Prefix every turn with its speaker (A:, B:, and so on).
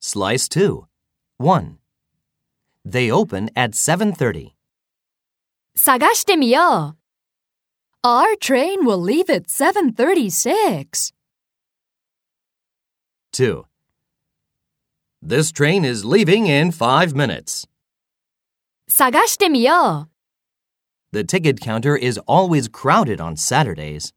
A: Slice 2. 1. They open at 7:30.
B: 探してみよう Our train will leave at 7.36.
A: 2. This train is leaving in 5 minutes.
B: 探してみよう
A: The ticket counter is always crowded on Saturdays.